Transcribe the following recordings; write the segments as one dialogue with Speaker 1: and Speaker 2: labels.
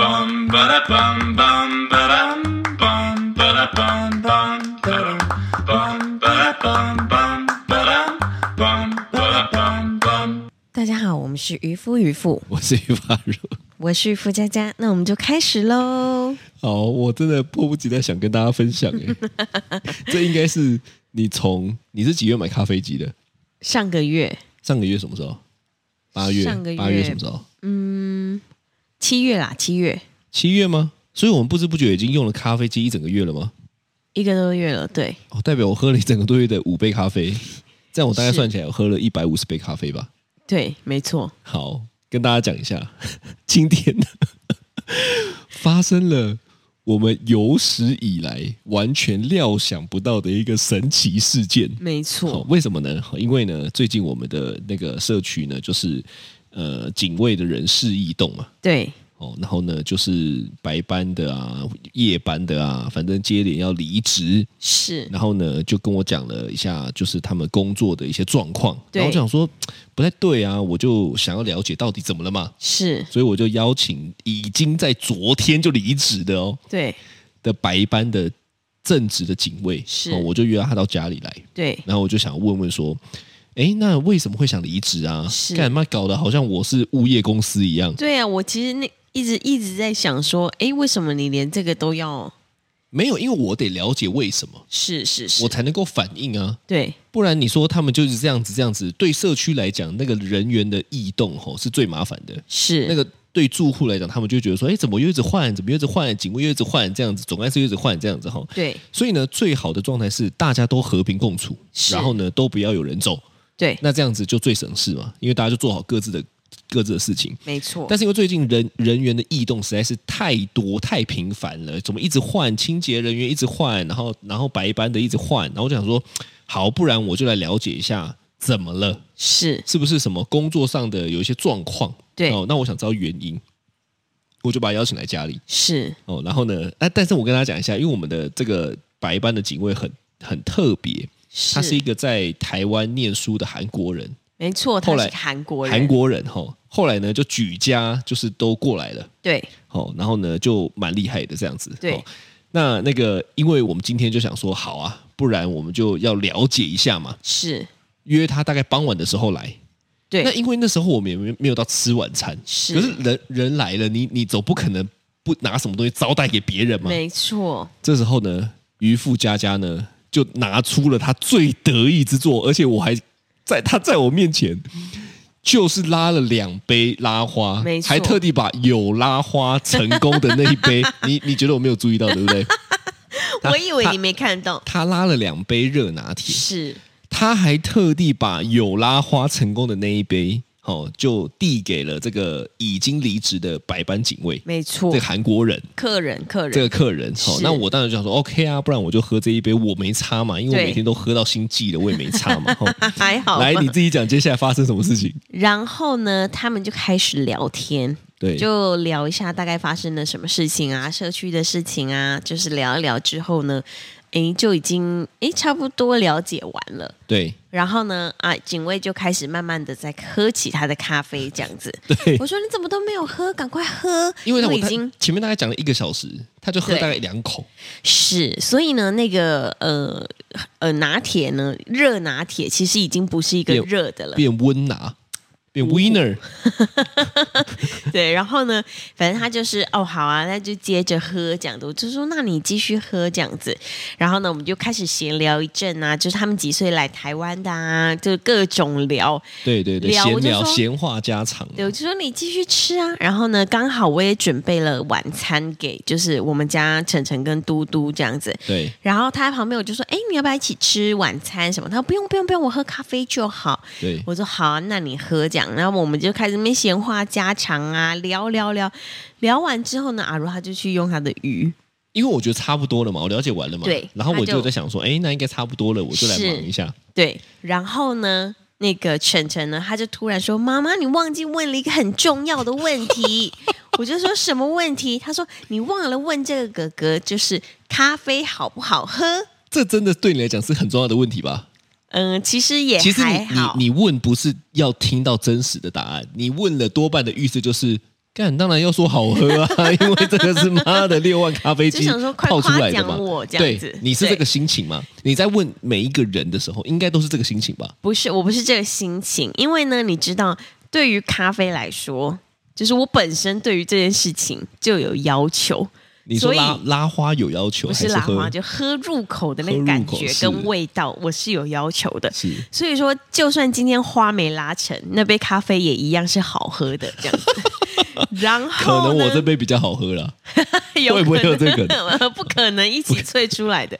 Speaker 1: bum ba da bum bum ba dum bum ba da bum bum ba dum bum ba da bum bum ba dum bum ba da bum bum.
Speaker 2: 大家好，我们是渔夫渔妇，
Speaker 3: 我是于发如。
Speaker 2: 我是付佳佳，那我们就开始喽。
Speaker 3: 好，我真的迫不及待想跟大家分享哎、这应该是你从你是几月买咖啡机的？
Speaker 2: 上个月
Speaker 3: 上个月什么时候？八月？
Speaker 2: 上个月
Speaker 3: 八月什么时候？
Speaker 2: 七月啦，七月
Speaker 3: 七月吗？所以我们不知不觉已经用了咖啡机一整个月了吗？
Speaker 2: 一个多月了，对，
Speaker 3: 哦，代表我喝了一整个多月的五杯咖啡，这样我大概
Speaker 2: 是
Speaker 3: 算起来我喝了一百五十杯咖啡吧。
Speaker 2: 对，没错，
Speaker 3: 好，跟大家讲一下， 今天 发生了我们有史以来完全料想不到的一个神奇事件。
Speaker 2: 没
Speaker 3: 好
Speaker 2: 错，，
Speaker 3: 为什么呢？因为呢，最近我们的那个社区呢，就是呃警卫的人事异动嘛，
Speaker 2: 对，
Speaker 3: 哦，然后呢就是白班的啊、夜班的啊，反正接连要离职，
Speaker 2: 是
Speaker 3: 然后呢，就跟我讲了一下，就是他们工作的一些状况。
Speaker 2: 对
Speaker 3: 然后我想说不太对啊，我就想要了解到底怎么了嘛，
Speaker 2: 是，
Speaker 3: 所以我就邀请已经在昨天就离职的哦
Speaker 2: 对
Speaker 3: 的白班的正职的警卫，
Speaker 2: 是
Speaker 3: 哦，我就约他到家里来，
Speaker 2: 对
Speaker 3: 然后我就想问问说，诶，那为什么会想离职啊？
Speaker 2: 是
Speaker 3: 干嘛搞得好像我是物业公司一样？
Speaker 2: 对啊，我其实那一直一直在想说，诶，为什么你连这个都要？
Speaker 3: 没有，因为我得了解为什么，
Speaker 2: 是是是
Speaker 3: 我，才能够反应啊。
Speaker 2: 对
Speaker 3: 不然你说他们就是这样子这样子，对社区来讲，那个人员的异动吼是最麻烦的。
Speaker 2: 是
Speaker 3: 那个对住户来讲，他们就会觉得说，哎，怎么又一直换，怎么又一直换，警卫又一直换，这样子，总干事又一直换，这样子哈。
Speaker 2: 对
Speaker 3: 所以呢，最好的状态是大家都和平共处，
Speaker 2: 是
Speaker 3: 然后呢，都不要有人走，
Speaker 2: 对，
Speaker 3: 那这样子就最省事嘛，因为大家就做好各自的各自的事情。
Speaker 2: 没错，
Speaker 3: 但是因为最近人人员的异动实在是太多太频繁了，怎么一直换清洁人员一直换，然后然后白班的一直换，然后我就想说，好，不然我就来了解一下怎么了，
Speaker 2: 是
Speaker 3: 是不是什么工作上的有一些状况？
Speaker 2: 对
Speaker 3: 哦，那我想知道原因，我就把他邀请来家里
Speaker 2: 是
Speaker 3: 哦，然后呢，哎、但是我跟大家讲一下，因为我们的这个白班的警卫很很特别，
Speaker 2: 是，
Speaker 3: 他是一个在台湾念书的韩国人，
Speaker 2: 没错，他
Speaker 3: 后来
Speaker 2: 是韩国人，
Speaker 3: 韩国人哈、哦，后来呢就举家就是都过来了。
Speaker 2: 对
Speaker 3: 哦，然后呢就蛮厉害的这样子。
Speaker 2: 对
Speaker 3: 哦那那个，因为我们今天就想说，好啊，不然我们就要了解一下嘛。
Speaker 2: 是，
Speaker 3: 约他大概傍晚的时候来。那
Speaker 2: 对
Speaker 3: 因为那时候我们也没没有到吃晚餐，
Speaker 2: 是
Speaker 3: 可是人人来了，你你总不可能不拿什么东西招待给别人嘛。
Speaker 2: 没错，
Speaker 3: 这时候呢，渔夫佳佳呢就拿出了他最得意之作，而且我还在他在我面前。就是拉了两杯拉花
Speaker 2: 没，错
Speaker 3: 还特地把有拉花成功的那一杯， 你你觉得我没有注意到，对不对？他
Speaker 2: 我以为
Speaker 3: 他
Speaker 2: 你没看到，
Speaker 3: 他拉了两杯热拿铁，
Speaker 2: 是
Speaker 3: 他还特地把有拉花成功的那一杯，哦，就递给了这个已经离职的白班警卫，
Speaker 2: 没错
Speaker 3: 这个，韩国人。
Speaker 2: 客人客人
Speaker 3: 这个客人，好，
Speaker 2: 是
Speaker 3: 那我当然就想说 OK 啊，不然我就喝这一杯，我没差嘛，因为我
Speaker 2: 对
Speaker 3: 每天都喝到心悸了，我也没差 嘛。吼
Speaker 2: 还好吧
Speaker 3: 来，你自己讲接下来发生什么事情？
Speaker 2: 然后呢，他们就开始聊天，
Speaker 3: 对，
Speaker 2: 就聊一下大概发生了什么事情啊，社区的事情啊，就是聊一聊之后呢，诶，就已经诶差不多了解完了。
Speaker 3: 对
Speaker 2: 然后呢，啊，警卫就开始慢慢的在喝起他的咖啡，这样子。
Speaker 3: 对，
Speaker 2: 我说你怎么都没有喝，赶快喝，
Speaker 3: 因为他我
Speaker 2: 已经
Speaker 3: 他前面大概讲了一个小时，他就喝
Speaker 2: 对
Speaker 3: 大概两口，
Speaker 2: 是，所以呢，那个呃呃拿铁呢，热拿铁其实已经不是一个
Speaker 3: 变
Speaker 2: 热的了，
Speaker 3: 变温拿，变 winner，
Speaker 2: 对，然后呢，反正他就是哦，好啊，那就接着喝这样子。我就说，那你继续喝这样子。然后呢，我们就开始闲聊一阵啊，就是他们几岁来台湾的啊，就各种聊。
Speaker 3: 对对对，
Speaker 2: 聊
Speaker 3: 闲
Speaker 2: 我就
Speaker 3: 聊
Speaker 2: 说
Speaker 3: 闲话家常，
Speaker 2: 对，我就说你继续吃啊。然后呢，刚好我也准备了晚餐给就是我们家晨晨跟嘟嘟这样子。
Speaker 3: 对
Speaker 2: 然后他在旁边我就说，哎，你要不要一起吃晚餐什么？他说不用不用不用，我喝咖啡就好。
Speaker 3: 对
Speaker 2: 我说好、啊，那你喝这样，然后我们就开始那边闲话家常啊，聊聊聊，聊完之后呢，阿如他就去用他的鱼，
Speaker 3: 因为我觉得差不多了嘛，我了解完了嘛，
Speaker 2: 对
Speaker 3: 然后
Speaker 2: 他
Speaker 3: 我
Speaker 2: 就
Speaker 3: 就在想说，哎，那应该差不多了，我就来
Speaker 2: 是
Speaker 3: 忙一下，
Speaker 2: 对，然后呢，那个晨晨呢，他就突然说：“妈妈，你忘记问了一个很重要的问题。” 我就说什么问题？他说：“你忘了问这个哥哥，就是咖啡好不好喝？”
Speaker 3: 这真的对你来讲是很重要的问题吧？
Speaker 2: 嗯，其实也
Speaker 3: 其实你
Speaker 2: 还好，
Speaker 3: 你你问不是要听到真实的答案，你问了多半的意思就是干当然要说好喝啊， 因为这个是妈的六万咖啡
Speaker 2: 就
Speaker 3: 机
Speaker 2: 想说快
Speaker 3: 泡出
Speaker 2: 夸
Speaker 3: 来的
Speaker 2: 奖
Speaker 3: 嘛。
Speaker 2: 我这样
Speaker 3: 对
Speaker 2: 子，
Speaker 3: 你是这
Speaker 2: 对
Speaker 3: 个心情嘛？你在问每一个人的时候，应该都是这个心情吧？
Speaker 2: 不是，我不是这个心情，因为呢，你知道，对于咖啡来说，就是我本身对于这件事情就有要求，
Speaker 3: 你
Speaker 2: 所
Speaker 3: 说
Speaker 2: 以
Speaker 3: 拉拉花有要求，
Speaker 2: 不
Speaker 3: 还
Speaker 2: 是拉
Speaker 3: 喝
Speaker 2: 花，就喝入口的那
Speaker 3: 喝
Speaker 2: 个
Speaker 3: 入
Speaker 2: 感
Speaker 3: 口
Speaker 2: 觉
Speaker 3: 是
Speaker 2: 跟味道，我是有要求的。
Speaker 3: 是
Speaker 2: 所以说，就算今天花没拉成，那杯咖啡也一样是好喝的 这样子。然
Speaker 3: 可
Speaker 2: 后
Speaker 3: 能
Speaker 2: 呢
Speaker 3: 我这杯比较好喝啦。
Speaker 2: 有
Speaker 3: 会不会
Speaker 2: 可能
Speaker 3: 有这
Speaker 2: 不可能一起萃出来的。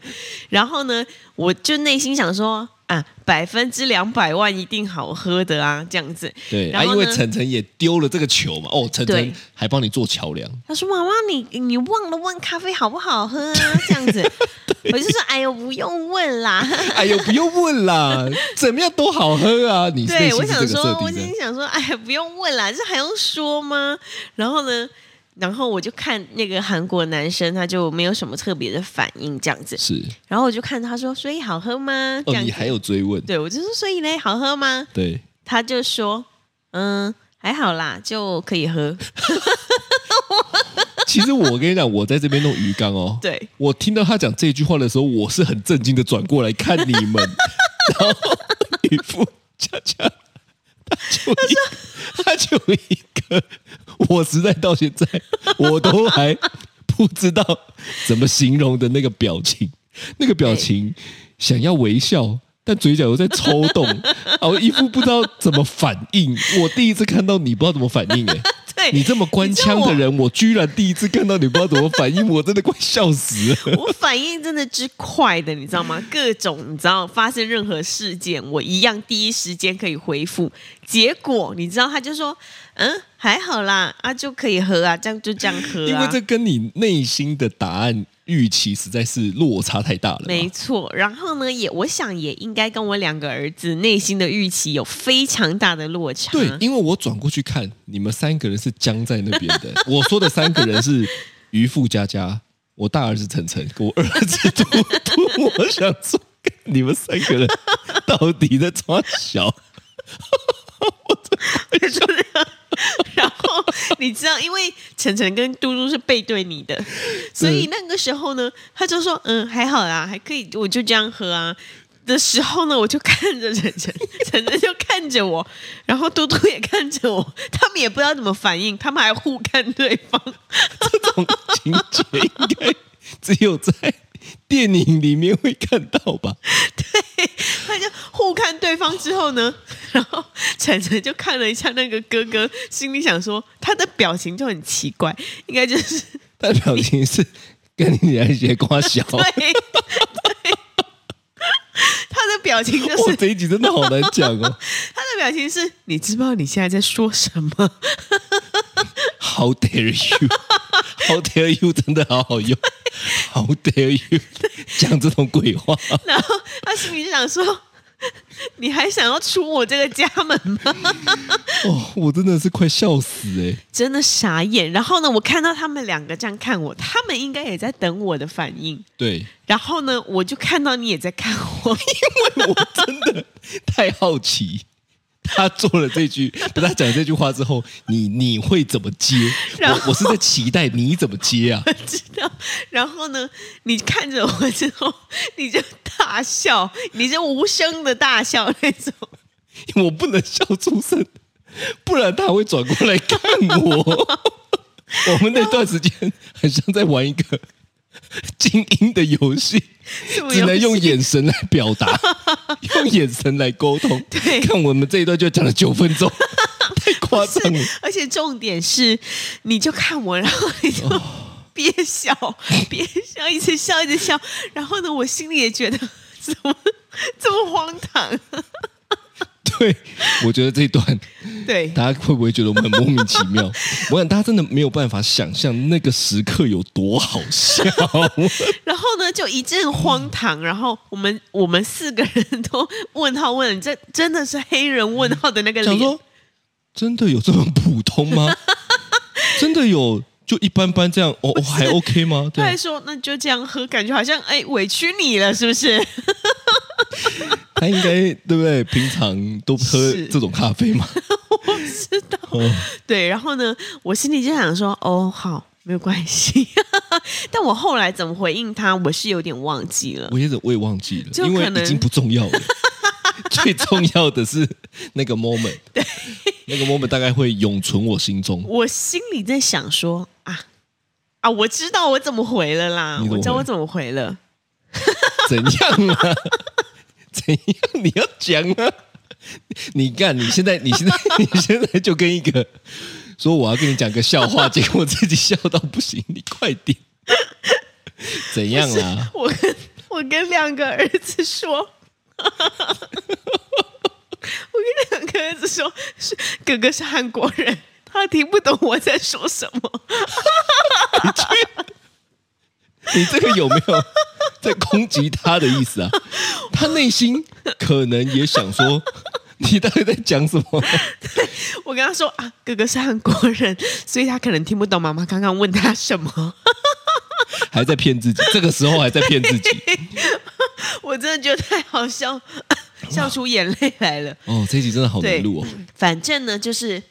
Speaker 2: 然后呢，我就内心想说啊，百分之两百万一定好喝的啊，这样子。
Speaker 3: 对
Speaker 2: 然
Speaker 3: 啊，
Speaker 2: 后
Speaker 3: 因为
Speaker 2: 呢
Speaker 3: 晨晨也丢了这个球嘛，哦，晨
Speaker 2: 对
Speaker 3: 晨还帮你做桥梁，
Speaker 2: 他说：“妈妈，你你忘了问咖啡好不好喝啊？这样 子。”我就说：“哎呦，不用问啦。
Speaker 3: 哎呦，不用问啦， 怎么样都好喝啊！你”内
Speaker 2: 对，
Speaker 3: 心
Speaker 2: 我
Speaker 3: 是这
Speaker 2: 想
Speaker 3: 个设
Speaker 2: 说，我
Speaker 3: 定
Speaker 2: 心
Speaker 3: 的
Speaker 2: 里，想说：“哎，不用问啦，这还用说吗？”然后呢，然后我就看那个韩国男生，他就没有什么特别的反应这样子。
Speaker 3: 是
Speaker 2: 然后我就看他说：“所以好喝吗？”这
Speaker 3: 哦，
Speaker 2: 样
Speaker 3: 你
Speaker 2: 子。
Speaker 3: 还有追问，
Speaker 2: 对我就说：“所以嘞，好喝吗
Speaker 3: 对，？”
Speaker 2: 他就说：“嗯，还好啦，就可以喝。
Speaker 3: 其实我跟你讲，我在这边弄鱼缸 哦”，
Speaker 2: 对，
Speaker 3: 我听到他讲这句话的时候，我是很震惊的转过来看你 们，然后渔夫恰恰他就一他就一个，我实在到现在我都还不知道怎么形容的那个表情，那个表情想要微笑。但嘴角又在抽 动，啊，我一副不知道怎么反应。我第一次看到你不知道怎么反应、欸，
Speaker 2: 对
Speaker 3: 你这么官腔的人，我居然第一次看到你不知道怎么反应，我真的快 笑死了。
Speaker 2: 我反应真的之快的，你知道吗？各种你知道发生任何事件，我一样第一时间可以回复。结果你知道，他就说：“嗯，还好啦，啊，就可以喝啊，这样就这样喝、啊。”
Speaker 3: 因为这跟你内心的答案预期实在是落差太大了嘛。
Speaker 2: 没错，然后呢，也我想也应该跟我两个儿子内心的预期有非常大的落差。
Speaker 3: 对，因为我转过去看，你们三个人是僵在那边 的。我说的三个人是渔夫佳佳，我大儿子晨晨，跟我二儿子嘟 嘟。我想说，你们三个人到底在抓小？
Speaker 2: 然后你知道，因为晨晨跟嘟嘟是背对你的，所以那个时候呢，他就说：“嗯，还好啦，还可以，我就这样喝啊。”的时候呢，我就看着晨晨， 晨晨就看着我，然后嘟嘟也看着我，他们也不知道怎么反应，他们还互看对方。
Speaker 3: 这种情节应该只有在电影里面会看到吧？
Speaker 2: 他就互看对方之后呢，然后晨晨就看了一下那个哥哥，心里想说他的表情就很奇怪，应该就是
Speaker 3: 他的表情是跟你来学瓜小。
Speaker 2: 对对，他的表情就
Speaker 3: 我
Speaker 2: 是
Speaker 3: 这一集真的好难讲 哦，
Speaker 2: 他的表情是，你知不知道你现在在说什么？
Speaker 3: How dare you？How dare you？真的好好用。How dare you？讲这种鬼话，
Speaker 2: 然后他心里就想说。你还想要出我这个家门吗？
Speaker 3: 哦，我真的是快笑死哎、
Speaker 2: 真的傻眼。然后呢，我看到他们两个这样看我，他们应该也在等我的反应。
Speaker 3: 对，
Speaker 2: 然后呢，我就看到你也在看我，
Speaker 3: 我真的太好奇。他做了这句，等他讲这句话之后，你你会怎么接？
Speaker 2: 然后
Speaker 3: 我我是在期待你怎么接啊？
Speaker 2: 知道。然后呢，你看着我之后，你就大笑，你就无声的大笑那种。
Speaker 3: 我不能笑出声，不然他会转过来看我。我们那段时间很像在玩一个 精英的游戏，
Speaker 2: 什么
Speaker 3: 只能
Speaker 2: 游戏
Speaker 3: 用眼神来表达，用眼神来沟通。
Speaker 2: 对
Speaker 3: 看我们这一段就讲了九分钟，太夸张了。
Speaker 2: 是而且重点是，你就看我，然后你就
Speaker 3: 哦
Speaker 2: 憋笑，憋笑，一直笑，一直笑。然后呢，我心里也觉得怎么 这么荒唐？
Speaker 3: 对，我觉得这一段
Speaker 2: 对，
Speaker 3: 大家会不会觉得我们很莫名其妙？我想大家真的没有办法想象那个时刻有多好笑。
Speaker 2: 然后呢，就一阵荒唐。然后我们我们四个人都问号问，这真的是黑人问号的那个
Speaker 3: 想
Speaker 2: 脸
Speaker 3: 说，真的有这么普 通吗？真的有就一般般这样？哦，哦还 OK 吗？
Speaker 2: 他还
Speaker 3: 对，
Speaker 2: 说那就这样喝，感觉好像哎委屈你了，是不是？
Speaker 3: 他应该对不对？平常都喝
Speaker 2: 是
Speaker 3: 这种咖啡吗？
Speaker 2: 我不知道，对，然后呢，我心里就想说，哦，好，没有关系。 但我后来怎么回应他，我是有点忘记了。
Speaker 3: 我也我也忘记了，
Speaker 2: 就
Speaker 3: 因为
Speaker 2: 可能
Speaker 3: 已经不重要了。 最重要的是那个 moment，那个 moment 大概会永存我心中。
Speaker 2: 我心里在想说，啊啊，我知道我怎么回了啦
Speaker 3: 你，怎么
Speaker 2: 我知道
Speaker 3: 回
Speaker 2: 我怎么回了。
Speaker 3: 怎样啊？ 怎样？你要讲啊？你看，你现在，你现在， 你现在就跟一个说我要跟你讲个笑话，结果自己笑到不行，你快点，怎样 啊？
Speaker 2: 我跟我跟两个儿子说， 我跟两个儿子说，是哥哥是韩国人，他听不懂我在说什么。
Speaker 3: 你这个有没有 在攻击他的意思啊？他内心可能也想说，你到底在讲什么？
Speaker 2: 我跟他说啊，哥哥是韩国人，所以他可能听不懂妈妈刚刚问他什么。
Speaker 3: 还在骗自己？这个时候还在骗自己？
Speaker 2: 我真的觉得太好笑， 笑出眼泪来了。
Speaker 3: 哦，这一集真的好
Speaker 2: 对
Speaker 3: 难录哦。
Speaker 2: 反正呢，就是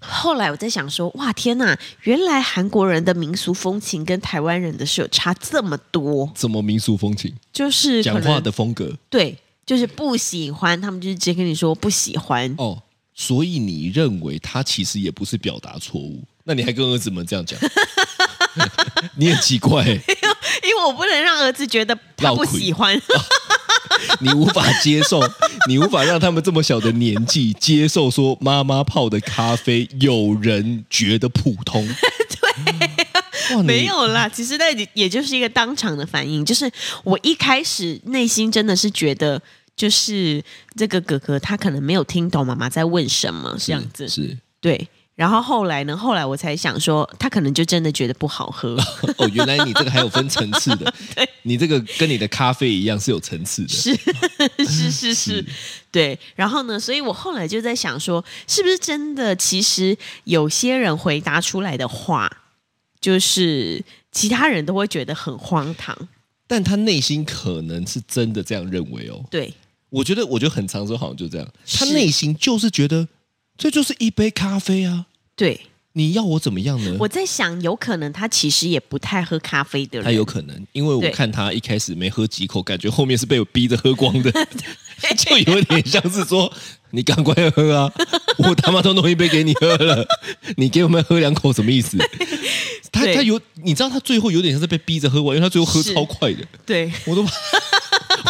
Speaker 2: 后来我在想说，哇，天哪，原来韩国人的民俗风情跟台湾人的是有差这么多，
Speaker 3: 什么民俗风情？
Speaker 2: 就是可
Speaker 3: 讲
Speaker 2: 能
Speaker 3: 话的风格？
Speaker 2: 对，就是不喜欢，他们就是直接跟你说不喜欢。
Speaker 3: 哦，所以你认为他其实也不是表达错误，那你还跟儿子们 这样讲，你很奇怪、欸
Speaker 2: 因为我不能让儿子觉得他不喜欢，
Speaker 3: 你无法接 受，你无法让他们这么小的年纪接受说妈妈泡的咖啡有人觉得普 通，对，
Speaker 2: 啊
Speaker 3: 哇，你
Speaker 2: 没有啦。其实那也也就是一个当场的反应，就是我一开始内心真的是觉得，就是这个哥哥他可能没有听懂妈妈在问什么这样子，
Speaker 3: 是
Speaker 2: 对。然后后来呢？后来我才想说，他可能就真的觉得不好喝。
Speaker 3: 哦，原来你这个还有分层 次的，你这个跟你的咖啡一样是有层次的，
Speaker 2: 是是是是，对。然后呢，所以我后来就在想说，是不是真的？其实有些人回答出来的话，就是其他人都会觉得很荒唐。
Speaker 3: 但他内心可能是真的这样认为哦，
Speaker 2: 对，
Speaker 3: 我觉得，我觉得很长时候好像就这样，他
Speaker 2: 是
Speaker 3: 内心就是觉得这就是一杯咖啡啊，
Speaker 2: 对，
Speaker 3: 你要我怎么样呢？
Speaker 2: 我在想，有可能他其实也不太喝咖啡的
Speaker 3: 他
Speaker 2: 人，
Speaker 3: 有可能，因为我
Speaker 2: 对
Speaker 3: 看他一开始没喝几口，感觉后面是被我逼着喝光 的，就有点像是说你赶快喝啊，我他妈都弄一杯给你喝了，你给我们喝两口什么 意思？他
Speaker 2: 对
Speaker 3: 他有，你知道他最后有点像是被逼着喝完，因为他最后喝
Speaker 2: 是
Speaker 3: 超快的，
Speaker 2: 对，
Speaker 3: 我都怕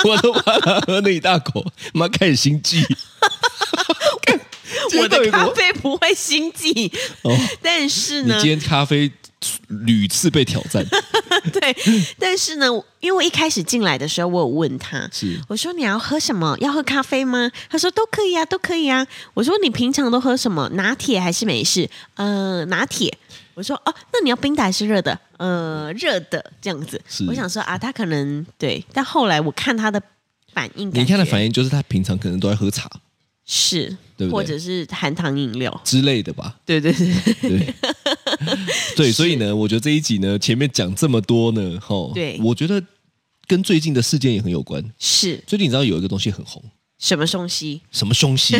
Speaker 3: 我都怕他喝那一大口，妈开始心悸。
Speaker 2: 我的
Speaker 3: 这个到底
Speaker 2: 咖
Speaker 3: 多
Speaker 2: 啡不会心悸，
Speaker 3: 哦
Speaker 2: 但是
Speaker 3: 你
Speaker 2: 呢
Speaker 3: 今，天咖啡屡次被挑 战，
Speaker 2: 对， 但是呢，因为我一开始进来的时候，我有问他，
Speaker 3: 是
Speaker 2: 我说你要喝什么？要喝咖啡吗？他说都可以啊，都可以啊。我说你平常都喝什么？拿铁还是美式？呃，拿铁。我说哦，那你要冰的还是热的？呃，热的这样子
Speaker 3: 是。
Speaker 2: 我想说啊，他可能对，但后来我看他的反应，
Speaker 3: 你
Speaker 2: 他
Speaker 3: 看的反应就是他平常可能都在喝茶
Speaker 2: 是，
Speaker 3: 对不对
Speaker 2: 或者是含糖饮料。
Speaker 3: 之类 的吧，
Speaker 2: 对对对
Speaker 3: 对，对，所以呢，我觉得这一集呢，前面讲这么多呢，哈，
Speaker 2: 对
Speaker 3: 我觉得跟最近的事件也很有关。
Speaker 2: 是
Speaker 3: 最近你知道有一个东西很红，
Speaker 2: 什么东西？
Speaker 3: 什么 凶西？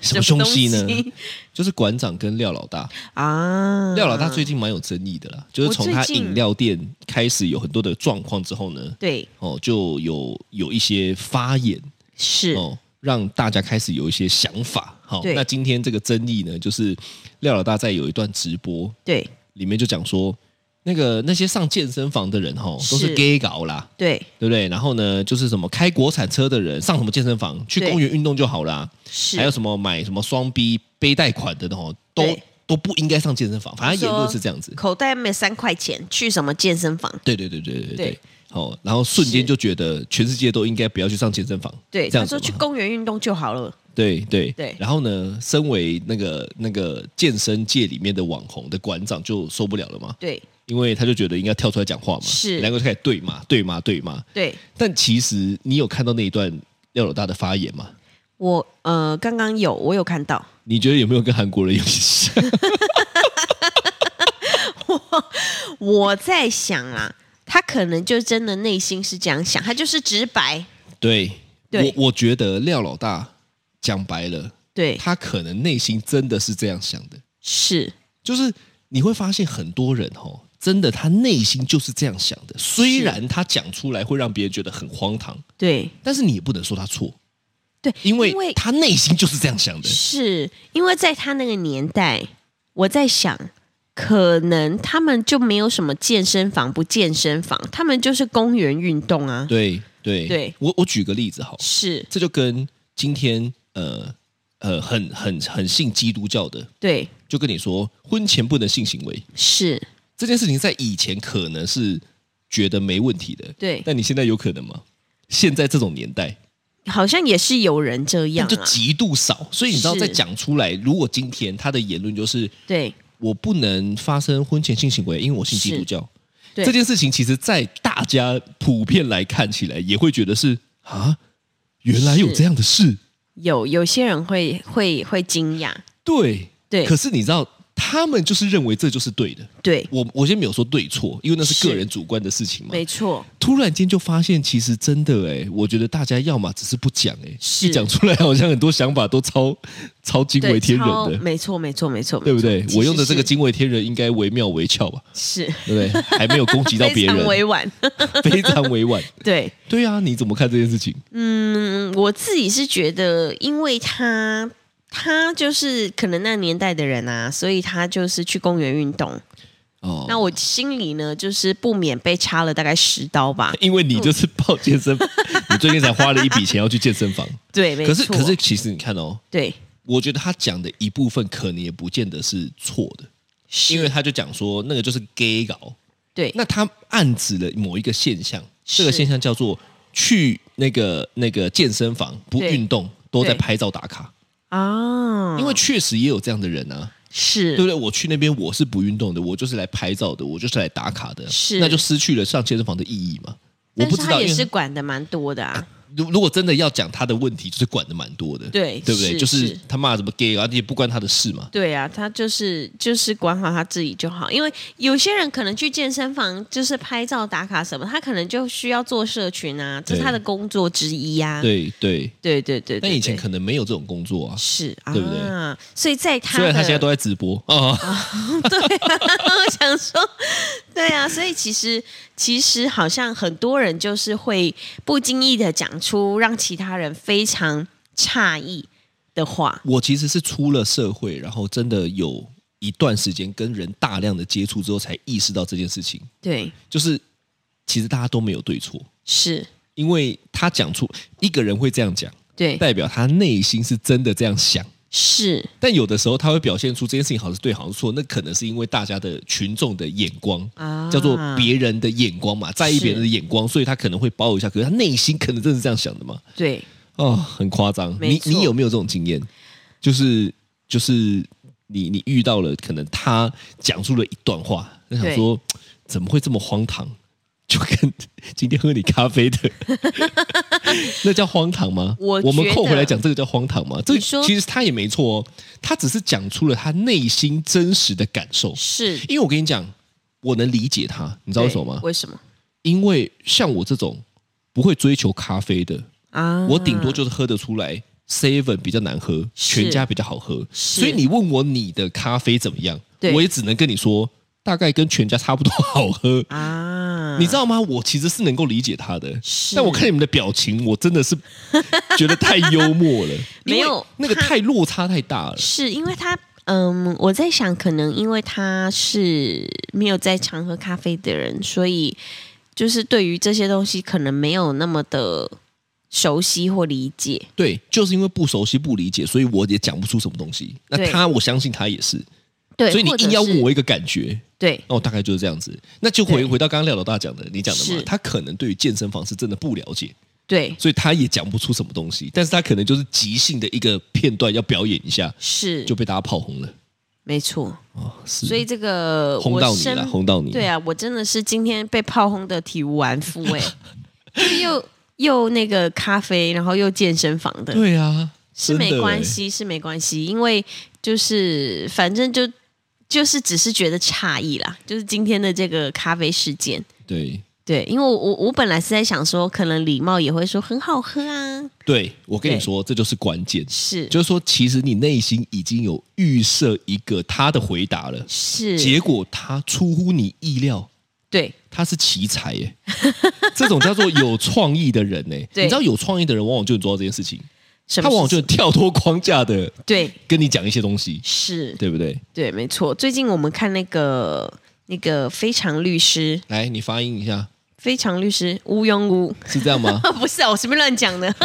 Speaker 3: 什么凶西呢
Speaker 2: 什么东西？
Speaker 3: 就是馆长跟廖老大，
Speaker 2: 啊？
Speaker 3: 廖老大最近蛮有争议的啦，就是从他
Speaker 2: 我最近
Speaker 3: 饮料店开始有很多的状况之后呢，
Speaker 2: 对
Speaker 3: 哦，就有有一些发言，
Speaker 2: 是、
Speaker 3: 哦，让大家开始有一些想法。好、
Speaker 2: 对
Speaker 3: 那今天这个争议呢，就是廖老大在有一段直播
Speaker 2: 对
Speaker 3: 里面就讲说，那个那些上健身房的人哈、哦，都是
Speaker 2: 是
Speaker 3: gay 搞啦，
Speaker 2: 对
Speaker 3: 对不对？然后呢，就是什么开国产车的人上什么健身房，去
Speaker 2: 对
Speaker 3: 公园运动就好啦。
Speaker 2: 是，
Speaker 3: 还有什么买什么双 B 背带款的哦，都
Speaker 2: 对
Speaker 3: 都不应该上健身房。反正言论是这样子。
Speaker 2: 口袋没三块钱，去什么健身房？
Speaker 3: 对对对对对对
Speaker 2: 对。
Speaker 3: 哦，然后瞬间
Speaker 2: 是
Speaker 3: 就觉得全世界都应该不要去上健身房。
Speaker 2: 对，
Speaker 3: 这
Speaker 2: 他
Speaker 3: 样子
Speaker 2: 说去
Speaker 3: 嘛
Speaker 2: 公园运动就好了。
Speaker 3: 对对
Speaker 2: 对
Speaker 3: 然后呢，身为那个那个健身界里面的网红的馆长就受不了了嘛，
Speaker 2: 对
Speaker 3: 因为他就觉得应该跳出来讲话嘛，
Speaker 2: 是
Speaker 3: 两个就开始对骂，对骂，对骂。
Speaker 2: 对，
Speaker 3: 但其实你有看到那一段廖老大的发言吗？
Speaker 2: 我呃刚刚有我有看到，
Speaker 3: 你觉得有没有跟韩国人有点像？
Speaker 2: 我在想啦，他可能就真的内心是这样想，他就是直白。
Speaker 3: 对，
Speaker 2: 对
Speaker 3: 我我觉得廖老大讲白了，
Speaker 2: 对，
Speaker 3: 他可能内心真的是这样想的，
Speaker 2: 是，
Speaker 3: 就是你会发现很多人哦，真的他内心就是这样想的，虽然他讲出来会让别人觉得很荒唐，
Speaker 2: 对，
Speaker 3: 但是你也不能说他错，
Speaker 2: 对，
Speaker 3: 因为
Speaker 2: 因为
Speaker 3: 他内心就是这样想的。
Speaker 2: 是因为在他那个年代，我在想，可能他们就没有什么健身房不健身房，他们就是公园运动啊。
Speaker 3: 对对
Speaker 2: 对
Speaker 3: 我我举个例子好，
Speaker 2: 是，
Speaker 3: 这就跟今天呃呃很很很信基督教的，
Speaker 2: 对，
Speaker 3: 就跟你说婚前不能性行为
Speaker 2: 是，
Speaker 3: 这件事情，在以前可能是觉得没问题的，
Speaker 2: 对，
Speaker 3: 但你现在有可能吗？现在这种年代，
Speaker 2: 好像也是有人这
Speaker 3: 那
Speaker 2: 样
Speaker 3: 就
Speaker 2: 啊。
Speaker 3: 极度少，所以你知道，
Speaker 2: 是
Speaker 3: 在讲出来，如果今天他的言论就是
Speaker 2: 对，
Speaker 3: 我不能发生婚前性行为，因为我信基督教，
Speaker 2: 对
Speaker 3: 这件事情，其实，在大家普遍来看起来，也会觉得是啊，原来有
Speaker 2: 是
Speaker 3: 这样的事，
Speaker 2: 有有些人会会会惊讶，
Speaker 3: 对
Speaker 2: 对
Speaker 3: 可是你知道，他们就是认为这就是对的。
Speaker 2: 对，
Speaker 3: 我我先没有说对错，因为那是
Speaker 2: 是
Speaker 3: 个人主观的事情嘛。
Speaker 2: 没错，
Speaker 3: 突然间就发现，其实真的哎，我觉得大家要么只是不讲哎，
Speaker 2: 是
Speaker 3: 一讲出来好像很多想法都超超惊为
Speaker 2: 对，
Speaker 3: 天人
Speaker 2: 超
Speaker 3: 的，
Speaker 2: 没错，没错，没错，
Speaker 3: 对不对
Speaker 2: 没？错
Speaker 3: 我用的这个
Speaker 2: 其
Speaker 3: 惊为天人应该惟妙惟肖吧，
Speaker 2: 实是
Speaker 3: 对不 对？还没有攻击
Speaker 2: 是
Speaker 3: 到别
Speaker 2: 非常
Speaker 3: 人，
Speaker 2: 委婉。
Speaker 3: 非常委婉。
Speaker 2: 对，
Speaker 3: 对啊，你怎么看这件事情？
Speaker 2: 嗯，我自己是觉得，因为他他就是可能那年代的人啊，所以他就是去公园运动。
Speaker 3: 哦，
Speaker 2: 那我心里呢，就是不免被插了大概十刀吧。
Speaker 3: 因为你就是报健身， 你最近才花了一笔钱要去健身 房，
Speaker 2: 对，没
Speaker 3: 可是
Speaker 2: 错。
Speaker 3: 可是其实你看哦，
Speaker 2: 对，
Speaker 3: 我觉得他讲的一部分可能也不见得是错的，
Speaker 2: 是
Speaker 3: 因为他就讲说那个就是 gay 搞，
Speaker 2: 对，
Speaker 3: 那他暗指了某一个现象，
Speaker 2: 是
Speaker 3: 这个现象叫做去那个那个健身房不
Speaker 2: 对
Speaker 3: 运动，都在
Speaker 2: 对
Speaker 3: 拍照打卡，
Speaker 2: 啊，
Speaker 3: 因为确实也有这样的人啊，对
Speaker 2: 是
Speaker 3: 不对？我去那边我是不运动的，我就是来拍照的，我就是来打卡的，
Speaker 2: 是
Speaker 3: 那就失去了上健身房的意义嘛。我
Speaker 2: 但
Speaker 3: 不
Speaker 2: 是
Speaker 3: 知
Speaker 2: 他
Speaker 3: 道，
Speaker 2: 也
Speaker 3: 因为
Speaker 2: 是管的蛮多的 啊。
Speaker 3: 如如果真的要讲他的问题，就是管的蛮多的，
Speaker 2: 对
Speaker 3: 对不对？
Speaker 2: 是
Speaker 3: 就是
Speaker 2: 是
Speaker 3: 他骂什么 gay 啊，也不关他的事嘛。
Speaker 2: 对啊，他就是就是管好他自己就好，因为有些人可能去健身房就是拍照打卡什么，他可能就需要做社群啊，这是
Speaker 3: 对
Speaker 2: 他的工作之一啊。
Speaker 3: 对对，
Speaker 2: 对对对对
Speaker 3: 但以前
Speaker 2: 对
Speaker 3: 可能没有这种工作啊。
Speaker 2: 是啊，
Speaker 3: 对不对
Speaker 2: 所以在他
Speaker 3: 虽然他
Speaker 2: 的
Speaker 3: 现在都在直播啊，
Speaker 2: 我想说，对啊，所以其实其实好像很多人就是会不经意的讲出让其他人非常诧异的话，
Speaker 3: 我其实是出了社会，然后真的有一段时间跟人大量的接触之后，才意识到这件事情，
Speaker 2: 对，
Speaker 3: 就是其实大家都没有对错，
Speaker 2: 是，
Speaker 3: 因为他讲出一个人会这样讲，
Speaker 2: 对，
Speaker 3: 代表他内心是真的这样想。
Speaker 2: 是，
Speaker 3: 但有的时候他会表现出这件事情好像是对，好像是错，那可能是因为大家的群众的眼光
Speaker 2: 啊
Speaker 3: 叫做别人的眼光嘛，在意别人的眼光，所以他可能会包一下，可是他内心可能真的是这样想的嘛。
Speaker 2: 对，
Speaker 3: 哦，很夸张。
Speaker 2: 没
Speaker 3: 你
Speaker 2: 错
Speaker 3: 你有没有这种经验？就是就是你你遇到了，可能他讲出了一段话，那想说怎么会这么荒唐？ 就跟今天喝你咖 啡的，那叫荒唐吗？
Speaker 2: 我
Speaker 3: 我们
Speaker 2: 觉得
Speaker 3: 扣回来讲，这个叫荒唐吗？这
Speaker 2: 你说
Speaker 3: 其实他也没错哦，他只是讲出了他内心真实的感受。
Speaker 2: 是，
Speaker 3: 因为我跟你讲，我能理解他，你知道为什么吗
Speaker 2: 对？为什么
Speaker 3: 因为像我这种不会追求咖啡的，
Speaker 2: 啊？
Speaker 3: 我顶多就是喝得出来，seven 比较难喝，
Speaker 2: 是
Speaker 3: 全家比较好喝。
Speaker 2: 是
Speaker 3: 所以你问我你的咖啡怎么样，
Speaker 2: 对
Speaker 3: 我也只能跟你说，大概跟全家差不多好喝。
Speaker 2: 啊，
Speaker 3: 你知道吗？我其实是能够理解他的，
Speaker 2: 是
Speaker 3: 但我看你们的表情，我真的是 觉得太幽默了，
Speaker 2: 没有
Speaker 3: 因为那个
Speaker 2: 他
Speaker 3: 太落差太大 了。
Speaker 2: 是因为他，嗯，我在想，可能因为他是没有在常喝咖啡的人，所以就是对于这些东西可能没有那么的熟悉或理解。
Speaker 3: 对，就是因为不熟悉、不理解，所以我也讲不出什么东西。那
Speaker 2: 对
Speaker 3: 他，我相信他也是，
Speaker 2: 对，
Speaker 3: 所以你
Speaker 2: 或者
Speaker 3: 硬要问
Speaker 2: 是
Speaker 3: 我一个感觉，
Speaker 2: 对
Speaker 3: 哦，大概就是这样子。那就回
Speaker 2: 对
Speaker 3: 回到刚刚廖老大讲的，你讲的嘛
Speaker 2: 是，
Speaker 3: 他可能对于健身房是真的不了解，
Speaker 2: 对
Speaker 3: 所以他也讲不出什么东西，但是他可能就是即兴的一个片段要表演一下，
Speaker 2: 是
Speaker 3: 就被大家炮轰了。
Speaker 2: 没错，
Speaker 3: 哦，是，
Speaker 2: 所以这个
Speaker 3: 轰
Speaker 2: 我
Speaker 3: 到你
Speaker 2: 身
Speaker 3: 了，轰到你。
Speaker 2: 对，啊，我真的是今天被炮轰的体无完肤 哎、就是又又那个咖啡，然后又健身房的，
Speaker 3: 对啊，
Speaker 2: 是没
Speaker 3: 真的
Speaker 2: 关
Speaker 3: 欸。
Speaker 2: 系，是没关系，因为就是反正就就是只是觉得诧异啦，就是今天的这个咖啡事件，
Speaker 3: 对，
Speaker 2: 对，因为我我我本来是在想说，可能礼貌也会说很好喝啊，
Speaker 3: 对我跟你
Speaker 2: 对
Speaker 3: 说，这就是关键，
Speaker 2: 是
Speaker 3: 就是说，其实你内心已经有预设一个他的回答了，
Speaker 2: 是，
Speaker 3: 结果他出乎你意料，
Speaker 2: 对
Speaker 3: 他是奇才耶， 这种叫做有创意的人呢。你
Speaker 2: 对
Speaker 3: 知道有创意的人往往就能做到这件事情，
Speaker 2: 什
Speaker 3: 他
Speaker 2: 么
Speaker 3: 往往
Speaker 2: 事
Speaker 3: 就能跳脱框架的
Speaker 2: 对
Speaker 3: 跟你讲一些东西，
Speaker 2: 是，
Speaker 3: 对不对？
Speaker 2: 对，没错。最近我们看那个那个《非常律师》，《
Speaker 3: 来，你发音一下，
Speaker 2: 非常律师》无庸无。
Speaker 3: 是这样吗？
Speaker 2: 不是啊，我随便乱讲的。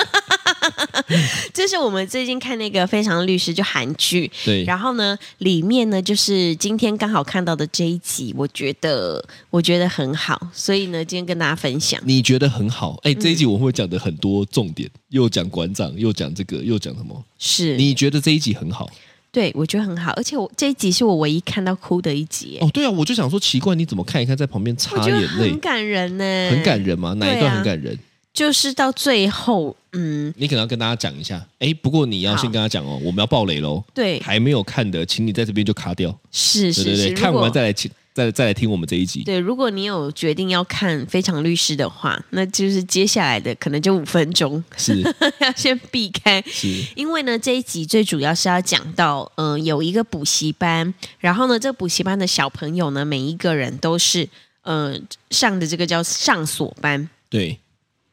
Speaker 2: 就是我们最近看那个《非常律师》，就韩剧，
Speaker 3: 对，
Speaker 2: 然后呢，里面呢就是今天刚好看到的这一集，我觉得我觉得很好，所以呢，今天跟大家分享。
Speaker 3: 你觉得很好。
Speaker 2: 嗯
Speaker 3: 哎，这一集我会讲的很多重点，又讲馆长，又讲这个，又讲什么？
Speaker 2: 是，
Speaker 3: 你觉得这一集很好？
Speaker 2: 对我觉得很好，而且我这一集是我唯一看到哭的一集，
Speaker 3: 哦，对啊，我就想说奇怪，你怎么看一看，在旁边
Speaker 2: 我
Speaker 3: 哦擦
Speaker 2: 觉得
Speaker 3: 眼泪
Speaker 2: 很，感人呢，
Speaker 3: 很感。人吗？哪一
Speaker 2: 对
Speaker 3: 段
Speaker 2: 啊
Speaker 3: 很感人？
Speaker 2: 就是到最后，嗯，
Speaker 3: 你可能要跟大家讲一下。哎，不过你要
Speaker 2: 好
Speaker 3: 先跟他讲哦，我们要爆雷喽。
Speaker 2: 对，
Speaker 3: 还没有看的，请你在这边就卡掉。
Speaker 2: 是
Speaker 3: 对
Speaker 2: 是
Speaker 3: 对
Speaker 2: 是，
Speaker 3: 对，
Speaker 2: 如
Speaker 3: 看
Speaker 2: 果
Speaker 3: 完再来听，再再来听我们这一集。
Speaker 2: 对，如果你有决定要看《非常律师》的话，那就是接下来的可能就五分钟
Speaker 3: 是
Speaker 2: 要先避开，
Speaker 3: 是，
Speaker 2: 因为呢这一集最主要是要讲到，嗯、有一个补习班，然后呢这补习班的小朋友呢，每一个人都是，呃，上的这个叫上锁班。
Speaker 3: 对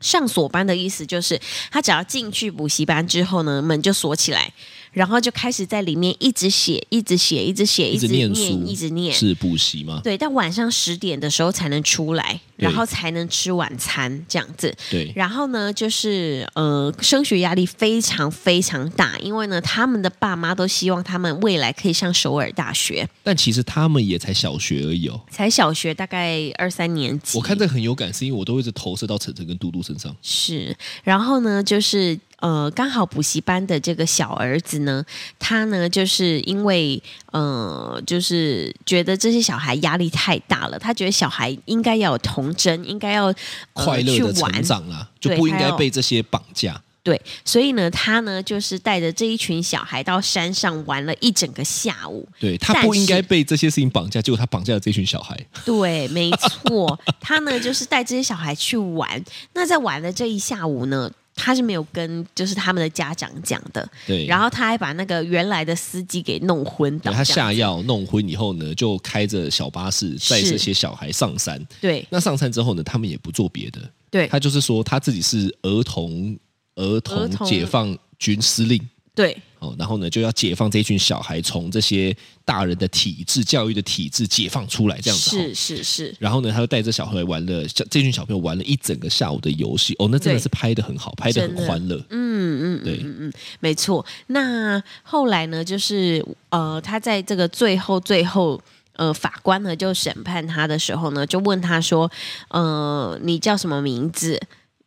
Speaker 2: 上锁班的意思就是，他只要进去补习班之后呢，门就锁起来，然后就开始在里面一直写，一直写，一直写，
Speaker 3: 一直念书
Speaker 2: 一直念，
Speaker 3: 是补习嘛？
Speaker 2: 对，到晚上十点的时候才能出来，
Speaker 3: 对
Speaker 2: 然后才能吃晚餐这样子。
Speaker 3: 对
Speaker 2: 然后呢，就是呃，升学压力非常非常大，因为呢，他们的爸妈都希望他们未来可以上首尔大学，
Speaker 3: 但其实他们也才小学而已哦。
Speaker 2: 才小学大概二三年级。
Speaker 3: 我看这个很有感，是因为我都会一直投射到晨晨跟嘟嘟身上。
Speaker 2: 是，然后呢，就是呃，刚好补习班的这个小儿子呢，他呢就是因为呃，就是觉得这些小孩压力太大了，他觉得小孩应该要有童真，应该要、呃
Speaker 3: 快乐
Speaker 2: 去
Speaker 3: 的成
Speaker 2: 玩，
Speaker 3: 长啦，就
Speaker 2: 对
Speaker 3: 不应
Speaker 2: 还
Speaker 3: 该
Speaker 2: 有
Speaker 3: 被这些绑架。
Speaker 2: 对，所以呢，他呢就是带着这一群小孩到山上玩了一整个下午，
Speaker 3: 对他
Speaker 2: 但
Speaker 3: 不应该
Speaker 2: 是
Speaker 3: 被这些事情绑架，结果他绑架了这群小孩。
Speaker 2: 对，没错，他呢就是带这些小孩去玩。那在玩的这一下午呢，他是没有跟就是他们的家长讲的，
Speaker 3: 对，
Speaker 2: 然后他还把那个原来的司机给弄昏倒这
Speaker 3: 对他
Speaker 2: 样子，
Speaker 3: 下药弄昏以后呢，就开着小巴士载
Speaker 2: 是
Speaker 3: 这些小孩上山。
Speaker 2: 对
Speaker 3: 那上山之后呢，他们也不做别的，
Speaker 2: 对
Speaker 3: 他就是说他自己是儿童儿童
Speaker 2: 儿童
Speaker 3: 解放军司令。
Speaker 2: 对
Speaker 3: 哦，然后呢，就要解放这群小孩从这些大人的体制、教育的体制解放出来，这样子。哦
Speaker 2: 是是是，
Speaker 3: 然后呢，他就带着小孩玩了，这这群小朋友玩了一整个下午的游戏。哦，那真
Speaker 2: 对
Speaker 3: 的是拍的很好，拍的很
Speaker 2: 真的
Speaker 3: 欢乐。
Speaker 2: 嗯嗯
Speaker 3: 对
Speaker 2: 嗯嗯嗯，没错。那后来呢，就是呃，他在这个最后最后。呃，法官呢就审判他的时候呢，就问他说：“呃，你叫什么名字？”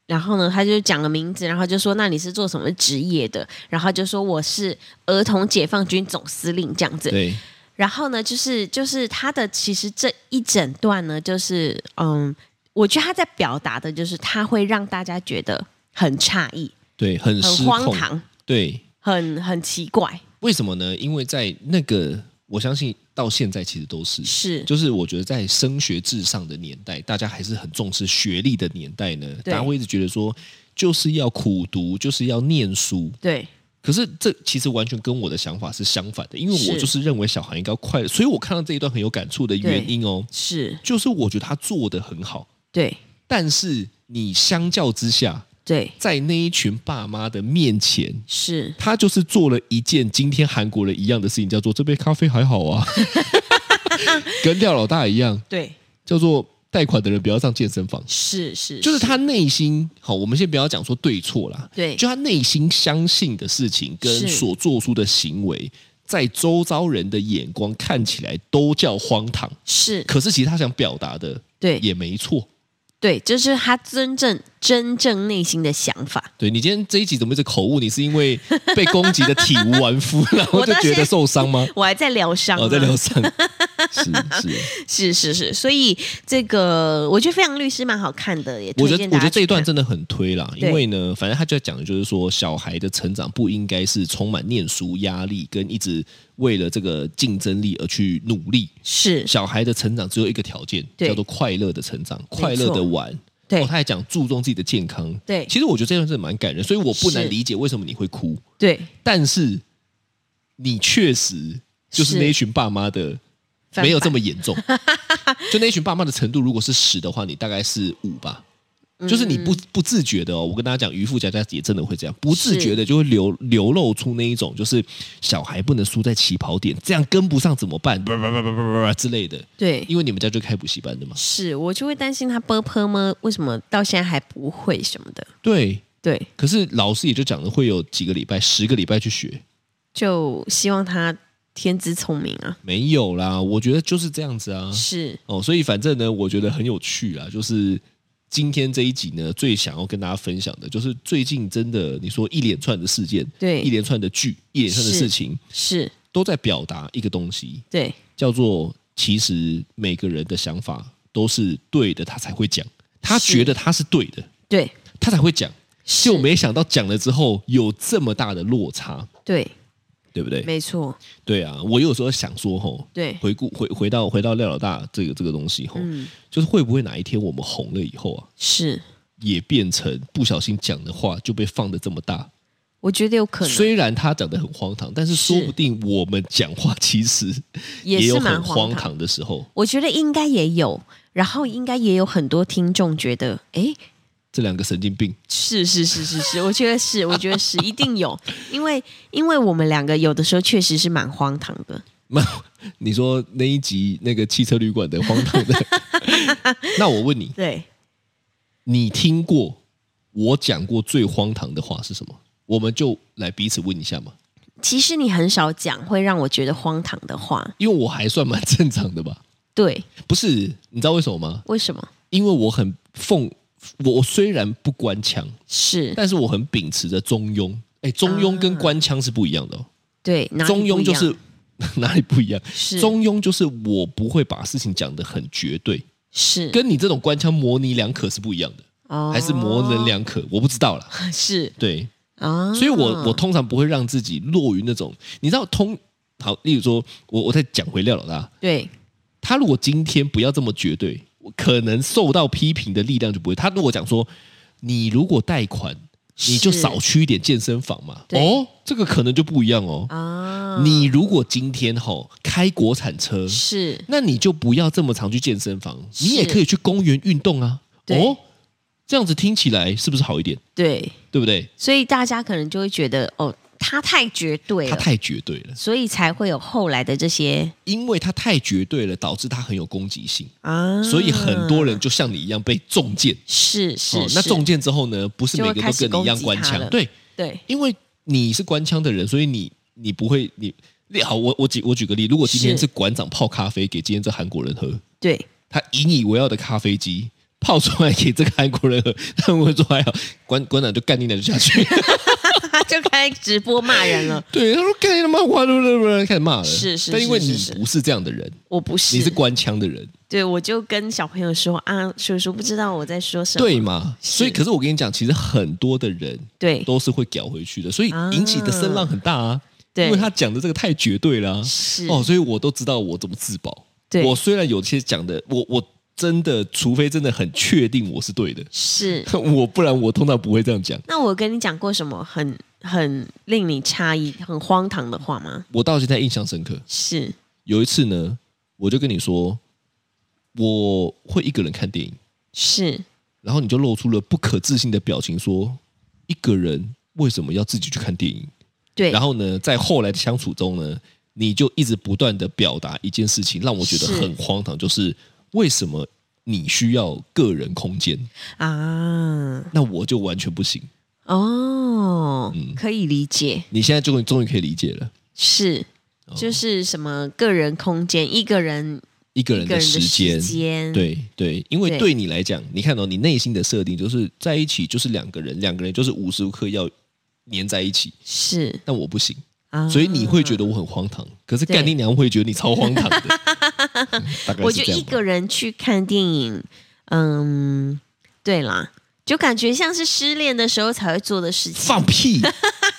Speaker 2: 然后呢，他就讲了名字，然后就说：“那你是做什么职业的？”然后就说：“我是儿童解放军总司令。”这样子。
Speaker 3: 对，
Speaker 2: 然后呢，就是就是他的其实这一整段呢，就是嗯，我觉得他在表达的就是他会让大家觉得很诧异、
Speaker 3: 对，很失
Speaker 2: 很荒
Speaker 3: 控。
Speaker 2: 唐、
Speaker 3: 对，
Speaker 2: 很很奇怪，
Speaker 3: 为什么呢？因为在那个，我相信到现在其实都是，
Speaker 2: 是
Speaker 3: 就是我觉得在升学至上的年代，大家还是很重视学历的年代呢，
Speaker 2: 对
Speaker 3: 大家会一直觉得说，就是要苦读，就是要念书。
Speaker 2: 对
Speaker 3: 可是这其实完全跟我的想法是相反的，因为我
Speaker 2: 是
Speaker 3: 就是认为小孩应该快乐，所以我看到这一段很有感触的原因哦，
Speaker 2: 是，
Speaker 3: 就是我觉得他做的很好，
Speaker 2: 对
Speaker 3: 但是你相较之下，
Speaker 2: 对
Speaker 3: 在那一群爸妈的面前，
Speaker 2: 是，
Speaker 3: 他就是做了一件今天韩国人一样的事情，叫做这杯咖啡还好 啊，跟廖老大一样，
Speaker 2: 对
Speaker 3: 叫做贷款的人不要上健身房。
Speaker 2: 是是，
Speaker 3: 就是他内心好，我们先不要讲说对错啦，
Speaker 2: 对
Speaker 3: 就他内心相信的事情跟
Speaker 2: 是
Speaker 3: 所做出的行为，在周遭人的眼光看起来都叫荒唐，
Speaker 2: 是，
Speaker 3: 可是其实他想表达的
Speaker 2: 对
Speaker 3: 也没错。
Speaker 2: 对，这是他真正真正内心的想法。
Speaker 3: 对你今天这一集怎么一直口误？你是 因为被攻击的体无完肤，然
Speaker 2: 我
Speaker 3: 后就
Speaker 2: 到
Speaker 3: 觉得
Speaker 2: 现在
Speaker 3: 受伤吗？
Speaker 2: 我还在疗伤啊呢，
Speaker 3: 哦，在 疗伤，是是。
Speaker 2: 是是是，所以这个我觉得《非常律师》蛮好看的，也
Speaker 3: 我
Speaker 2: 推
Speaker 3: 觉得
Speaker 2: 荐
Speaker 3: 我
Speaker 2: 大
Speaker 3: 觉
Speaker 2: 家
Speaker 3: 得这一
Speaker 2: 去
Speaker 3: 段
Speaker 2: 看。
Speaker 3: 真的很推啦，
Speaker 2: 对
Speaker 3: 因为呢，反正他就在讲的就是说，小孩的成长不应该是充满念书压力跟一直为了这个竞争力而去努力。
Speaker 2: 是
Speaker 3: 小孩的成长只有一个条件，
Speaker 2: 对
Speaker 3: 叫做快乐的成长，快乐的玩。
Speaker 2: 对
Speaker 3: 哦他还讲注重自己的健康。
Speaker 2: 对
Speaker 3: 其实我觉得这段是蛮感人，所以我不
Speaker 2: 是
Speaker 3: 难理解为什么你会哭。
Speaker 2: 对，
Speaker 3: 但是你确实就是
Speaker 2: 是
Speaker 3: 那一群爸妈的
Speaker 2: 翻版
Speaker 3: 没有这么严重，就那一群爸妈的程度，如果是十的话，你大概是五吧。就是你不不自觉的哦，我跟大家讲，渔夫家家也真的会这样，不自觉的就会流流露出那一种，就是小孩不能输在起跑点，这样跟不上怎么办？叭叭叭叭叭叭之类的。
Speaker 2: 对，
Speaker 3: 因为你们家就开补习班的嘛，
Speaker 2: 是我就会担心他啵啵么，为什么到现在还不会什么的？
Speaker 3: 对。
Speaker 2: 对，
Speaker 3: 可是老师也就讲了，会有几个礼拜，十个礼拜去学，
Speaker 2: 就希望他天资聪明啊。
Speaker 3: 没有啦。我觉得就是这样子啊。
Speaker 2: 是
Speaker 3: 哦，所以反正呢，我觉得很有趣啊，就是今天这一集呢，最想要跟大家分享的，就是最近真的，你说一连串的事件，
Speaker 2: 对
Speaker 3: 一连串的剧，一连串的
Speaker 2: 是
Speaker 3: 事情，
Speaker 2: 是，
Speaker 3: 都在表达一个东西，
Speaker 2: 对，
Speaker 3: 叫做其实每个人的想法都是对的，他才会讲，他
Speaker 2: 是
Speaker 3: 觉得他是对的，
Speaker 2: 对，
Speaker 3: 他才会讲，
Speaker 2: 是
Speaker 3: 就没想到讲了之后有这么大的落差，
Speaker 2: 对，
Speaker 3: 对不对？
Speaker 2: 没错，
Speaker 3: 对啊，我有时候想说吼，
Speaker 2: 对
Speaker 3: 回顾回回到回到廖老大这个这个东西吼，
Speaker 2: 嗯
Speaker 3: 就是会不会哪一天我们红了以后啊，
Speaker 2: 是，
Speaker 3: 也变成不小心讲的话就被放的这么大？
Speaker 2: 我觉得有可能，
Speaker 3: 虽然他讲的很荒唐，但是
Speaker 2: 是
Speaker 3: 说不定我们讲话其实
Speaker 2: 也
Speaker 3: 有
Speaker 2: 是
Speaker 3: 很
Speaker 2: 蛮
Speaker 3: 荒
Speaker 2: 唐。
Speaker 3: 唐的时候。
Speaker 2: 我觉得应该也有，然后应该也有很多听众觉得，诶，
Speaker 3: 这两个神经病，
Speaker 2: 是是是是是，我觉得是，我觉得是，一定有，因为因为我们两个有的时候确实是蛮荒唐的，
Speaker 3: 你说那一集那个汽车旅馆的荒唐 的，那我问你，
Speaker 2: 对，
Speaker 3: 你听过我讲过最荒唐的话是什么？我们就来彼此问一下嘛，
Speaker 2: 其实你很少讲会让我觉得荒唐的话，
Speaker 3: 因为我还算蛮正常的吧。
Speaker 2: 对，
Speaker 3: 不是，你知道为什么吗？
Speaker 2: 为什么？
Speaker 3: 因为我很奉我我虽然不官腔，
Speaker 2: 是
Speaker 3: 但是我很秉持着中庸。哎，中庸跟官腔是不一样的、哦。
Speaker 2: 对，啊哪里
Speaker 3: 中庸
Speaker 2: 不
Speaker 3: 就
Speaker 2: 一
Speaker 3: 是
Speaker 2: 样
Speaker 3: 哪里不一样？
Speaker 2: 是
Speaker 3: 中庸就是我不会把事情讲得很绝对，
Speaker 2: 是
Speaker 3: 跟你这种官腔模棱两可是不一样的，
Speaker 2: 哦
Speaker 3: 还是模棱两可？我不知道啦。
Speaker 2: 是
Speaker 3: 对，
Speaker 2: 啊，
Speaker 3: 所以我我通常不会让自己落于那种，你知道通好，例如说我我再讲回廖老大，
Speaker 2: 对
Speaker 3: 他如果今天不要这么绝对，我可能受到批评的力量就不会。他如果讲说，你如果贷款，
Speaker 2: 是
Speaker 3: 你就少去一点健身房嘛。
Speaker 2: 对
Speaker 3: 哦，这个可能就不一样哦。
Speaker 2: 啊，
Speaker 3: 你如果今天吼、开国产车，
Speaker 2: 是
Speaker 3: 那你就不要这么常去健身房，
Speaker 2: 是
Speaker 3: 你也可以去公园运动啊。
Speaker 2: 对
Speaker 3: 哦，这样子听起来是不是好一点？
Speaker 2: 对，
Speaker 3: 对不对？
Speaker 2: 所以大家可能就会觉得哦，他太绝对
Speaker 3: 他
Speaker 2: 了，
Speaker 3: 太绝对了，
Speaker 2: 所以才会有后来的这些
Speaker 3: 因为他太绝对了，导致他很有攻击性，
Speaker 2: 啊，
Speaker 3: 所以很多人就像你一样被中箭。
Speaker 2: 是是、
Speaker 3: 哦，那
Speaker 2: 是
Speaker 3: 中箭之后呢，不是
Speaker 2: 就
Speaker 3: 每
Speaker 2: 会
Speaker 3: 个
Speaker 2: 开
Speaker 3: 都
Speaker 2: 始
Speaker 3: 跟你一样
Speaker 2: 攻击
Speaker 3: 官
Speaker 2: 他
Speaker 3: 腔，
Speaker 2: 了
Speaker 3: 对，
Speaker 2: 对
Speaker 3: 因为你是官腔的人，所以你你不会你例好，我我举我举个例，如果今天
Speaker 2: 是
Speaker 3: 是馆长泡咖啡给今天这韩国人喝，
Speaker 2: 对
Speaker 3: 他引以为傲的咖啡机泡出来给这个韩国人喝，他们会说哎还好，馆馆长就干你俩就 下去，
Speaker 2: 他就开直播骂人 了。
Speaker 3: 对，他说干你他妈，我不不不开始骂了，
Speaker 2: 是是
Speaker 3: 但因为
Speaker 2: 是
Speaker 3: 你
Speaker 2: 是是
Speaker 3: 不是这样的人，
Speaker 2: 我不是，
Speaker 3: 你是官腔的人，
Speaker 2: 对，我就跟小朋友说啊，叔叔不知道我在说什么。
Speaker 3: 对嘛？
Speaker 2: 是
Speaker 3: 所以可是我跟你讲，其实很多的人
Speaker 2: 对
Speaker 3: 都是会屌回去的，所以引起的声浪很大啊。
Speaker 2: 对
Speaker 3: 因为他讲的这个太绝对了啊、
Speaker 2: 是
Speaker 3: 哦，所以我都知道我怎么自保。
Speaker 2: 对
Speaker 3: 我虽然有些讲的，我我真的，除非真的很确定我是对的，
Speaker 2: 是。
Speaker 3: 我不然我通常不会这样讲。
Speaker 2: 那我跟你讲过什么很很令你诧异、很荒唐的话吗？
Speaker 3: 我到现在印象深刻，
Speaker 2: 是
Speaker 3: 有一次呢，我就跟你说，我会一个人看电影，
Speaker 2: 是，
Speaker 3: 然后你就露出了不可置信的表情说，一个人为什么要自己去看电影？
Speaker 2: 对，
Speaker 3: 然后呢，在后来的相处中呢，你就一直不断的表达一件事情，让我觉得
Speaker 2: 是
Speaker 3: 很荒唐，就是为什么你需要个人空间，
Speaker 2: 啊，
Speaker 3: 那我就完全不行。
Speaker 2: 哦，
Speaker 3: 嗯
Speaker 2: 可以理解，
Speaker 3: 你现在就终于可以理解了，
Speaker 2: 是
Speaker 3: 哦
Speaker 2: 就是什么个人空间，一个人
Speaker 3: 一个人
Speaker 2: 一个人
Speaker 3: 的
Speaker 2: 的
Speaker 3: 时间。
Speaker 2: 间，
Speaker 3: 对对，因为
Speaker 2: 对
Speaker 3: 对你来讲，你看到、哦你内心的设定就是在一起就是两个人，两个人就是无时无刻要黏在一起，
Speaker 2: 是
Speaker 3: 但我不行，
Speaker 2: 啊，
Speaker 3: 所以你会觉得我很荒唐，可是
Speaker 2: 对
Speaker 3: 干爹娘会觉得你超 荒唐的。嗯大概是
Speaker 2: 我觉
Speaker 3: 这
Speaker 2: 得
Speaker 3: 样
Speaker 2: 一
Speaker 3: 吧
Speaker 2: 个人去看电影，嗯，对啦，就感觉像是失恋的时候才会做的事情。
Speaker 3: 放屁！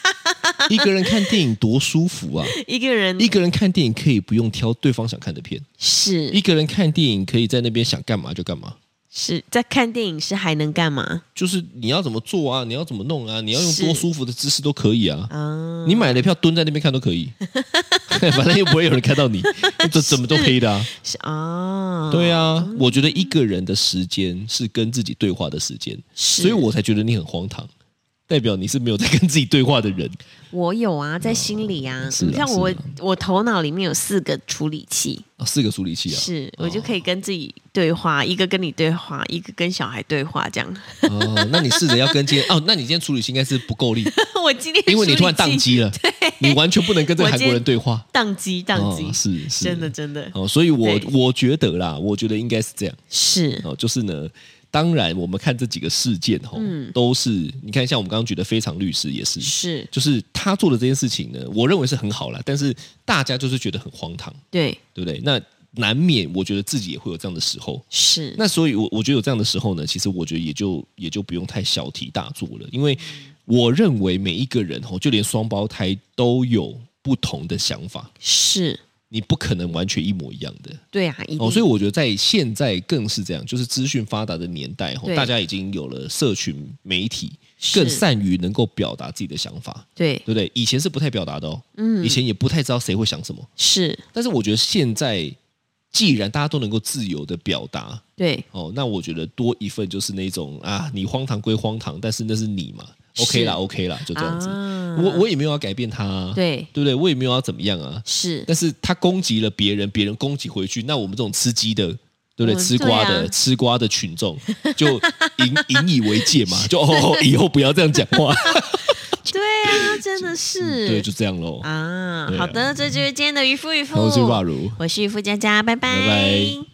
Speaker 3: 一个人看电影多舒服啊！
Speaker 2: 一个人
Speaker 3: 一个人看电影可以不用挑对方想看的片，一
Speaker 2: 是
Speaker 3: 个人看电影可以在那边想干嘛就干嘛。
Speaker 2: 是在看电影是还能干嘛
Speaker 3: 就是你要怎么做啊，你要怎么弄啊，你要用
Speaker 2: 是
Speaker 3: 多舒服的姿势都可以啊。
Speaker 2: 啊？
Speaker 3: 你买了票蹲在那边看都可以， 反正又不会有人看到你，这怎么都黑的啊。
Speaker 2: 是啊，
Speaker 3: 对啊，我觉得一个人的时间是跟自己对话的时间，
Speaker 2: 是，
Speaker 3: 所以我才觉得你很荒唐，代表你是没有在跟自己对话的人。
Speaker 2: 我有啊，在心里啊，
Speaker 3: 是啊
Speaker 2: 你看
Speaker 3: 是啊
Speaker 2: 我我头脑里面有四个处理器，
Speaker 3: 啊，四个处理器啊，
Speaker 2: 是我就可以跟自己对话，一个跟你对话，一个跟小孩对话，这样。
Speaker 3: 哦，那你试着要跟今天哦，那你今天处理器应该是不 够力，
Speaker 2: 我今天
Speaker 3: 因为你突然
Speaker 2: 处理
Speaker 3: 宕
Speaker 2: 器
Speaker 3: 机了，你完全不能跟这个
Speaker 2: 我
Speaker 3: 韩
Speaker 2: 今
Speaker 3: 国人对话。
Speaker 2: 宕机宕
Speaker 3: 哦
Speaker 2: 机，
Speaker 3: 是是
Speaker 2: 真的真的
Speaker 3: 哦，所以我
Speaker 2: 对
Speaker 3: 我觉得啦，我觉得应该是这样
Speaker 2: 是
Speaker 3: 哦，就是呢。当然，我们看这几个事件哦，都是你看，像我们刚刚举的非常律师也是，
Speaker 2: 嗯是，
Speaker 3: 就是他做的这件事情呢，我认为是很好啦，但是大家就是觉得很荒唐，
Speaker 2: 对
Speaker 3: 对不对？那难免我觉得自己也会有这样的时候。
Speaker 2: 是
Speaker 3: 那所以我，我觉得有这样的时候呢，其实我觉得也就也就不用太小题大做了，因为
Speaker 2: 嗯
Speaker 3: 我认为每一个人哦，就连双胞胎都有不同的想法，
Speaker 2: 是，
Speaker 3: 你不可能完全一模一样的。
Speaker 2: 对啊，一定
Speaker 3: 哦，所以我觉得在现在更是这样，就是资讯发达的年代，吼，
Speaker 2: 对
Speaker 3: 大家已经有了社群媒体，
Speaker 2: 是
Speaker 3: 更善于能够表达自己的想法，
Speaker 2: 对
Speaker 3: 对不对？以前是不太表达的哦，
Speaker 2: 嗯
Speaker 3: 以前也不太知道谁会想什么，
Speaker 2: 是，
Speaker 3: 但是我觉得现在既然大家都能够自由的表达，
Speaker 2: 对
Speaker 3: 哦，那我觉得多一份就是那种啊，你荒唐归荒唐，但是那是你嘛，OK 啦，OK 啦，就这样子。
Speaker 2: 啊
Speaker 3: 我我也没有要改变他、啊，
Speaker 2: 对
Speaker 3: 对不对？我也没有要怎么样啊，
Speaker 2: 是
Speaker 3: 但是他攻击了别人，别人攻击回去，那我们这种吃鸡的，对不对？
Speaker 2: 嗯
Speaker 3: 吃瓜的、
Speaker 2: 对啊
Speaker 3: 吃瓜的 群众就引引以为戒嘛，就哦，以后不要这样讲话，
Speaker 2: 对啊，真的是
Speaker 3: 嗯对，就这样喽。
Speaker 2: 啊
Speaker 3: 对啊，
Speaker 2: 好的，这就是今天的渔夫渔夫，
Speaker 3: 我是法如，
Speaker 2: 我是渔夫佳佳，拜
Speaker 3: 拜拜